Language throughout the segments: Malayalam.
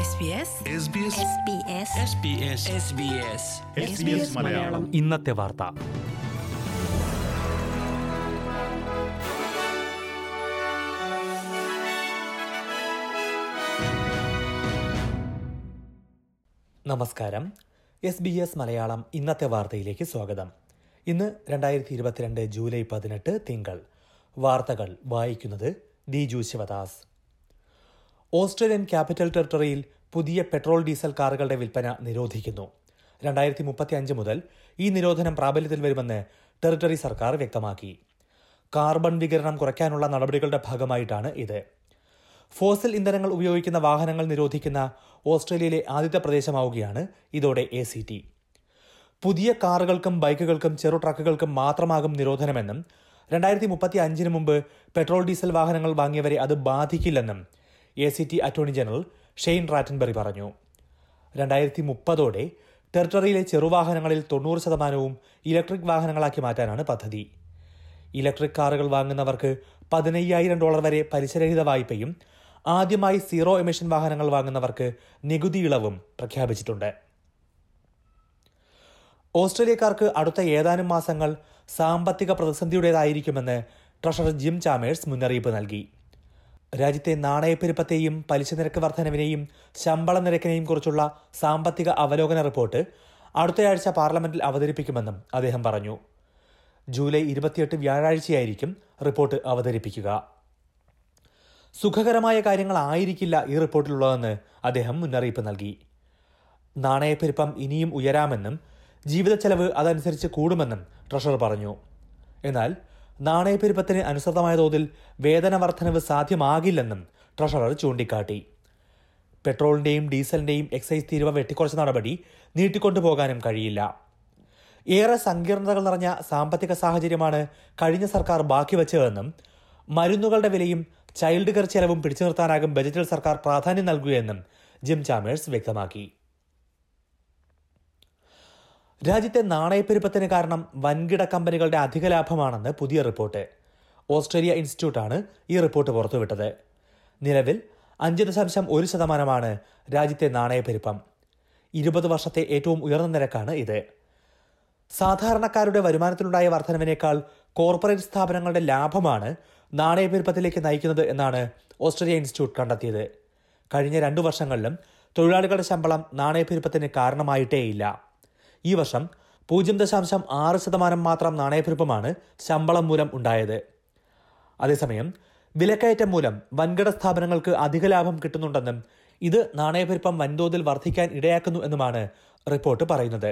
SBS S B S SBS Malayalam ഇന്നത്തെ വാർത്ത നമസ്കാരം എസ് ബി എസ് മലയാളം ഇന്നത്തെ വാർത്തയിലേക്ക് സ്വാഗതം ഇന്ന് രണ്ടായിരത്തി ഇരുപത്തിരണ്ട് ജൂലൈ പതിനെട്ട് തിങ്കൾ വാർത്തകൾ വായിക്കുന്നത് ദിജു ശിവദാസ് ഓസ്ട്രേലിയൻ ക്യാപിറ്റൽ ടെറിട്ടറിയിൽ പുതിയ പെട്രോൾ ഡീസൽ കാറുകളുടെ വിൽപ്പന നിരോധിക്കുന്നു രണ്ടായിരത്തി മുപ്പത്തി അഞ്ച് മുതൽ ഈ നിരോധനം പ്രാബല്യത്തിൽ വരുമെന്ന് ടെറിട്ടറി സർക്കാർ വ്യക്തമാക്കി കാർബൺ വികിരണം കുറയ്ക്കാനുള്ള നടപടികളുടെ ഭാഗമായിട്ടാണ് ഇത് ഫോസിൽ ഇന്ധനങ്ങൾ ഉപയോഗിക്കുന്ന വാഹനങ്ങൾ നിരോധിക്കുന്ന ഓസ്ട്രേലിയയിലെ ആദ്യത്തെ പ്രദേശമാവുകയാണ് ഇതോടെ എ സി ടി പുതിയ കാറുകൾക്കും ബൈക്കുകൾക്കും ചെറു ട്രക്കുകൾക്കും മാത്രമാകും നിരോധനമെന്നും രണ്ടായിരത്തി മുപ്പത്തി അഞ്ചിന് മുമ്പ് പെട്രോൾ ഡീസൽ വാഹനങ്ങൾ വാങ്ങിയവരെ അത് ബാധിക്കില്ലെന്നും A C T attorney general Shane Rattenbury പറഞ്ഞു രണ്ടായിരത്തി മുപ്പതോടെ ടെറിട്ടറിയിലെ ചെറുവാഹനങ്ങളിൽ തൊണ്ണൂറ് ശതമാനവും ഇലക്ട്രിക് വാഹനങ്ങളാക്കി മാറ്റാനാണ് പദ്ധതി ഇലക്ട്രിക് കാറുകൾ വാങ്ങുന്നവർക്ക് പതിനയ്യായിരം ഡോളർ വരെ പലിശരഹിത വായ്പയും ആദ്യമായി സീറോ എമിഷൻ വാഹനങ്ങൾ വാങ്ങുന്നവർക്ക് നികുതി ഇളവും പ്രഖ്യാപിച്ചിട്ടുണ്ട് ഓസ്ട്രേലിയക്കാർക്ക് അടുത്ത ഏതാനും മാസങ്ങൾ സാമ്പത്തിക പ്രതിസന്ധിയുടേതായിരിക്കുമെന്ന് ട്രഷറർ ജിം ചാമേഴ്സ് മുന്നറിയിപ്പ് നൽകി രാജ്യത്തെ നാണയപ്പെരുപ്പത്തെയും പലിശ നിരക്ക് വർധനവിനെയും ശമ്പള നിരക്കിനെയും കുറിച്ചുള്ള സാമ്പത്തിക അവലോകന റിപ്പോർട്ട് അടുത്തയാഴ്ച പാർലമെന്റിൽ അവതരിപ്പിക്കുമെന്നും അദ്ദേഹം പറഞ്ഞു ജൂലൈ ഇരുപത്തിയെട്ട് വ്യാഴാഴ്ചയായിരിക്കും റിപ്പോർട്ട് അവതരിപ്പിക്കുക സുഖകരമായ കാര്യങ്ങളായിരിക്കില്ല ഈ റിപ്പോർട്ടിലുള്ളതെന്ന് അദ്ദേഹം മുന്നറിയിപ്പ് നൽകി നാണയപ്പെരുപ്പം ഇനിയും ഉയരാമെന്നും ജീവിത ചെലവ് അതനുസരിച്ച് കൂടുമെന്നും ട്രഷറർ പറഞ്ഞു എന്നാൽ നാണയപ്പെരുപ്പത്തിന് അനുസൃതമായ തോതിൽ വേതന വർധനവ് സാധ്യമാകില്ലെന്നും ട്രഷറർ ചൂണ്ടിക്കാട്ടി പെട്രോളിന്റെയും ഡീസലിന്റെയും എക്സൈസ് തീരുവ വെട്ടിക്കുറച്ച നടപടി നീട്ടിക്കൊണ്ടുപോകാനും കഴിയില്ല ഏറെ സങ്കീർണതകൾ നിറഞ്ഞ സാമ്പത്തിക സാഹചര്യമാണ് കഴിഞ്ഞ സർക്കാർ ബാക്കി വച്ചതെന്നും മരുന്നുകളുടെ വിലയും ചൈൽഡ് കെയർ ചെലവും പിടിച്ചു നിർത്താനാകും ബജറ്റിൽ സർക്കാർ പ്രാധാന്യം നൽകുകയെന്നും ജിം ചാമേഴ്സ് വ്യക്തമാക്കി രാജ്യത്തെ നാണയപ്പെരുപ്പത്തിന് കാരണം വൻകിട കമ്പനികളുടെ അധിക ലാഭമാണെന്ന് പുതിയ റിപ്പോർട്ട് ഓസ്ട്രേലിയ ഇൻസ്റ്റിറ്റ്യൂട്ടാണ് ഈ റിപ്പോർട്ട് പുറത്തുവിട്ടത് നിലവിൽ അഞ്ച് ദശാംശം ഒരു ശതമാനമാണ് രാജ്യത്തെ നാണയപ്പെരുപ്പം ഇരുപത് വർഷത്തെ ഏറ്റവും ഉയർന്ന നിരക്കാണ് ഇത് സാധാരണക്കാരുടെ വരുമാനത്തിലുണ്ടായ വർധനവിനേക്കാൾ കോർപ്പറേറ്റ് സ്ഥാപനങ്ങളുടെ ലാഭമാണ് നാണയപ്പെരുപ്പത്തിലേക്ക് നയിക്കുന്നത് എന്നാണ് ഓസ്ട്രേലിയ ഇൻസ്റ്റിറ്റ്യൂട്ട് കണ്ടെത്തിയത് കഴിഞ്ഞ രണ്ടു വർഷങ്ങളിലും തൊഴിലാളികളുടെ ശമ്പളം നാണയപ്പെരുപ്പത്തിന് കാരണമായിട്ടേയില്ല ഈ വർഷം പൂജ്യം ദശാംശം ആറ് ശതമാനം മാത്രം നാണയപ്പെരുപ്പമാണ് ശമ്പളം മൂലം ഉണ്ടായത് അതേസമയം വിലക്കയറ്റം മൂലം വൻകിട സ്ഥാപനങ്ങൾക്ക് അധിക ലാഭം കിട്ടുന്നുണ്ടെന്നും ഇത് നാണയപ്പെരുപ്പം വൻതോതിൽ വർദ്ധിക്കാൻ ഇടയാക്കുന്നു എന്നുമാണ് റിപ്പോർട്ട് പറയുന്നത്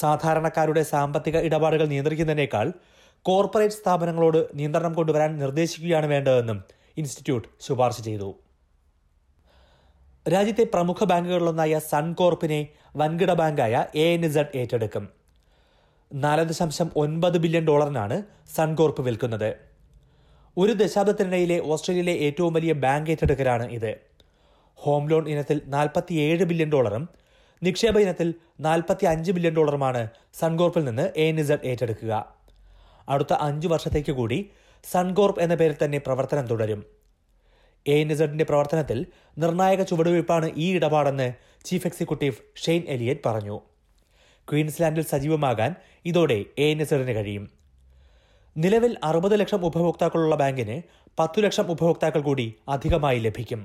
സാധാരണക്കാരുടെ സാമ്പത്തിക ഇടപാടുകൾ നിയന്ത്രിക്കുന്നതിനേക്കാൾ കോർപ്പറേറ്റ് സ്ഥാപനങ്ങളോട് നിയന്ത്രണം കൊണ്ടുവരാൻ നിർദ്ദേശിക്കുകയാണ് വേണ്ടതെന്നും ഇൻസ്റ്റിറ്റ്യൂട്ട് ശുപാർശ ചെയ്തു രാജ്യത്തെ പ്രമുഖ ബാങ്കുകളിലൊന്നായ സൺകോർപ്പിനെ വൻകിട ബാങ്കായ എ എൻ ഇസഡ് ഏറ്റെടുക്കും നാല് ദശാംശം ഒൻപത് ബില്യൺ ഡോളറിനാണ് സൺകോർപ്പ് വിൽക്കുന്നത് ഒരു ദശാബ്ദത്തിനിടയിലെ ഓസ്ട്രേലിയയിലെ ഏറ്റവും വലിയ ബാങ്ക് ഏറ്റെടുക്കലാണ് ഇത് ഹോം ലോൺ ഇനത്തിൽ നാൽപ്പത്തിയേഴ് ബില്യൺ ഡോളറും നിക്ഷേപ ഇനത്തിൽ നാൽപ്പത്തി അഞ്ച് ബില്യൺ ഡോളറുമാണ് സൺകോർപ്പിൽ നിന്ന് എ എൻ ഇസഡ് ഏറ്റെടുക്കുക അടുത്ത അഞ്ചു വർഷത്തേക്ക് കൂടി സൺകോർപ്പ് എന്ന പേരിൽ തന്നെ പ്രവർത്തനം തുടരും എ നിസഡിന്റെ പ്രവർത്തനത്തിൽ നിർണായക ചുവടുവയ്പ്പാണ് ഈ ഇടപാടെന്ന് ചീഫ് എക്സിക്യൂട്ടീവ് ഷെയ്ൻ എലിയറ്റ് പറഞ്ഞു ക്വീൻസ്ലാൻഡിൽ സജീവമാകാൻ ഇതോടെ എ നിസഡിന് കഴിയും നിലവിൽ അറുപത് ലക്ഷം ഉപഭോക്താക്കളുള്ള ബാങ്കിന് പത്തു ലക്ഷം ഉപഭോക്താക്കൾ കൂടി അധികമായി ലഭിക്കും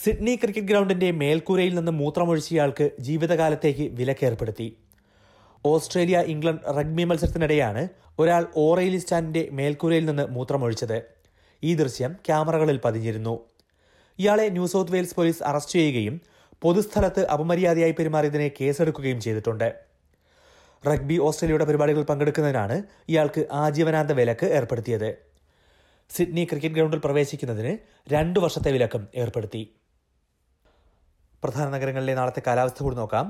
സിഡ്നി ക്രിക്കറ്റ് ഗ്രൗണ്ടിന്റെ മേൽക്കൂരയിൽ നിന്ന് മൂത്രമൊഴിച്ചയാൾക്ക് ജീവിതകാലത്തേക്ക് വിലക്കേർപ്പെടുത്തി ഓസ്ട്രേലിയ ഇംഗ്ലണ്ട് റഗ്ബി മത്സരത്തിനിടെയാണ് ഒരാൾ ഓറയിലി സ്റ്റാൻഡിന്റെ മേൽക്കൂരയിൽ നിന്ന് മൂത്രമൊഴിച്ചത് ഈ ദൃശ്യം ക്യാമറകളിൽ പതിഞ്ഞിരുന്നു ഇയാളെ New South Wales police arrest ചെയ്യുകയും പൊതുസ്ഥലത്ത് അപമര്യാദയായി പെരുമാറിയതിനെ കേസെടുക്കുകയും ചെയ്തിട്ടുണ്ട് റഗ്ബി ഓസ്ട്രേലിയയുടെ പരിപാടികൾ പങ്കെടുക്കുന്നതിനാണ് ഇയാൾക്ക് ആജീവനാന്ത വിലക്ക് ഏർപ്പെടുത്തിയത് സിഡ്നി ക്രിക്കറ്റ് ഗ്രൗണ്ടിൽ പ്രവേശിക്കുന്നതിന് രണ്ടു വർഷത്തെ വിലക്കും ഏർപ്പെടുത്തി പ്രധാന നഗരങ്ങളിലെ നാളത്തെ കാലാവസ്ഥ കൂടി നോക്കാം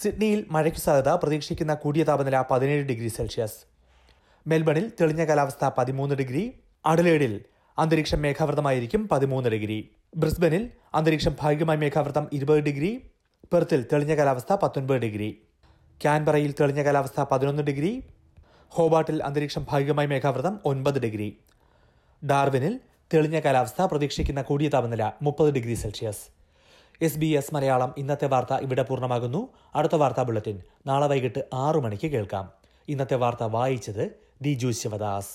സിഡ്നിയിൽ മഴയ്ക്ക് സാധ്യത പ്രതീക്ഷിക്കുന്ന കൂടിയ താപനില പതിനേഴ് ഡിഗ്രി സെൽഷ്യസ് മെൽബണിൽ തെളിഞ്ഞ കാലാവസ്ഥ പതിമൂന്ന് ഡിഗ്രി അഡലേഡിൽ അന്തരീക്ഷം മേഘാവൃതമായിരിക്കും പതിമൂന്ന് ഡിഗ്രി ബ്രിസ്ബനിൽ അന്തരീക്ഷം ഭാഗികമായി മേഘാവൃതം ഇരുപത് ഡിഗ്രി പെർത്തിൽ തെളിഞ്ഞ കാലാവസ്ഥ പത്തൊൻപത് ഡിഗ്രി കാൻബറയിൽ തെളിഞ്ഞ കാലാവസ്ഥ പതിനൊന്ന് ഡിഗ്രി ഹോബാട്ടിൽ അന്തരീക്ഷം ഭാഗികമായി മേഘാവൃതം ഒൻപത് ഡിഗ്രി ഡാർവിനിൽ തെളിഞ്ഞ കാലാവസ്ഥ പ്രതീക്ഷിക്കുന്ന കൂടിയ താപനില മുപ്പത് degree Celsius S B S Malayalam ഇന്നത്തെ വാർത്ത ഇവിടെ പൂർണ്ണമാകുന്നു അടുത്ത വാർത്താ ബുള്ളറ്റിൻ നാളെ വൈകിട്ട് ആറു മണിക്ക് കേൾക്കാം ഇന്നത്തെ വാർത്ത വായിച്ചത് ദിജു ശിവദാസ്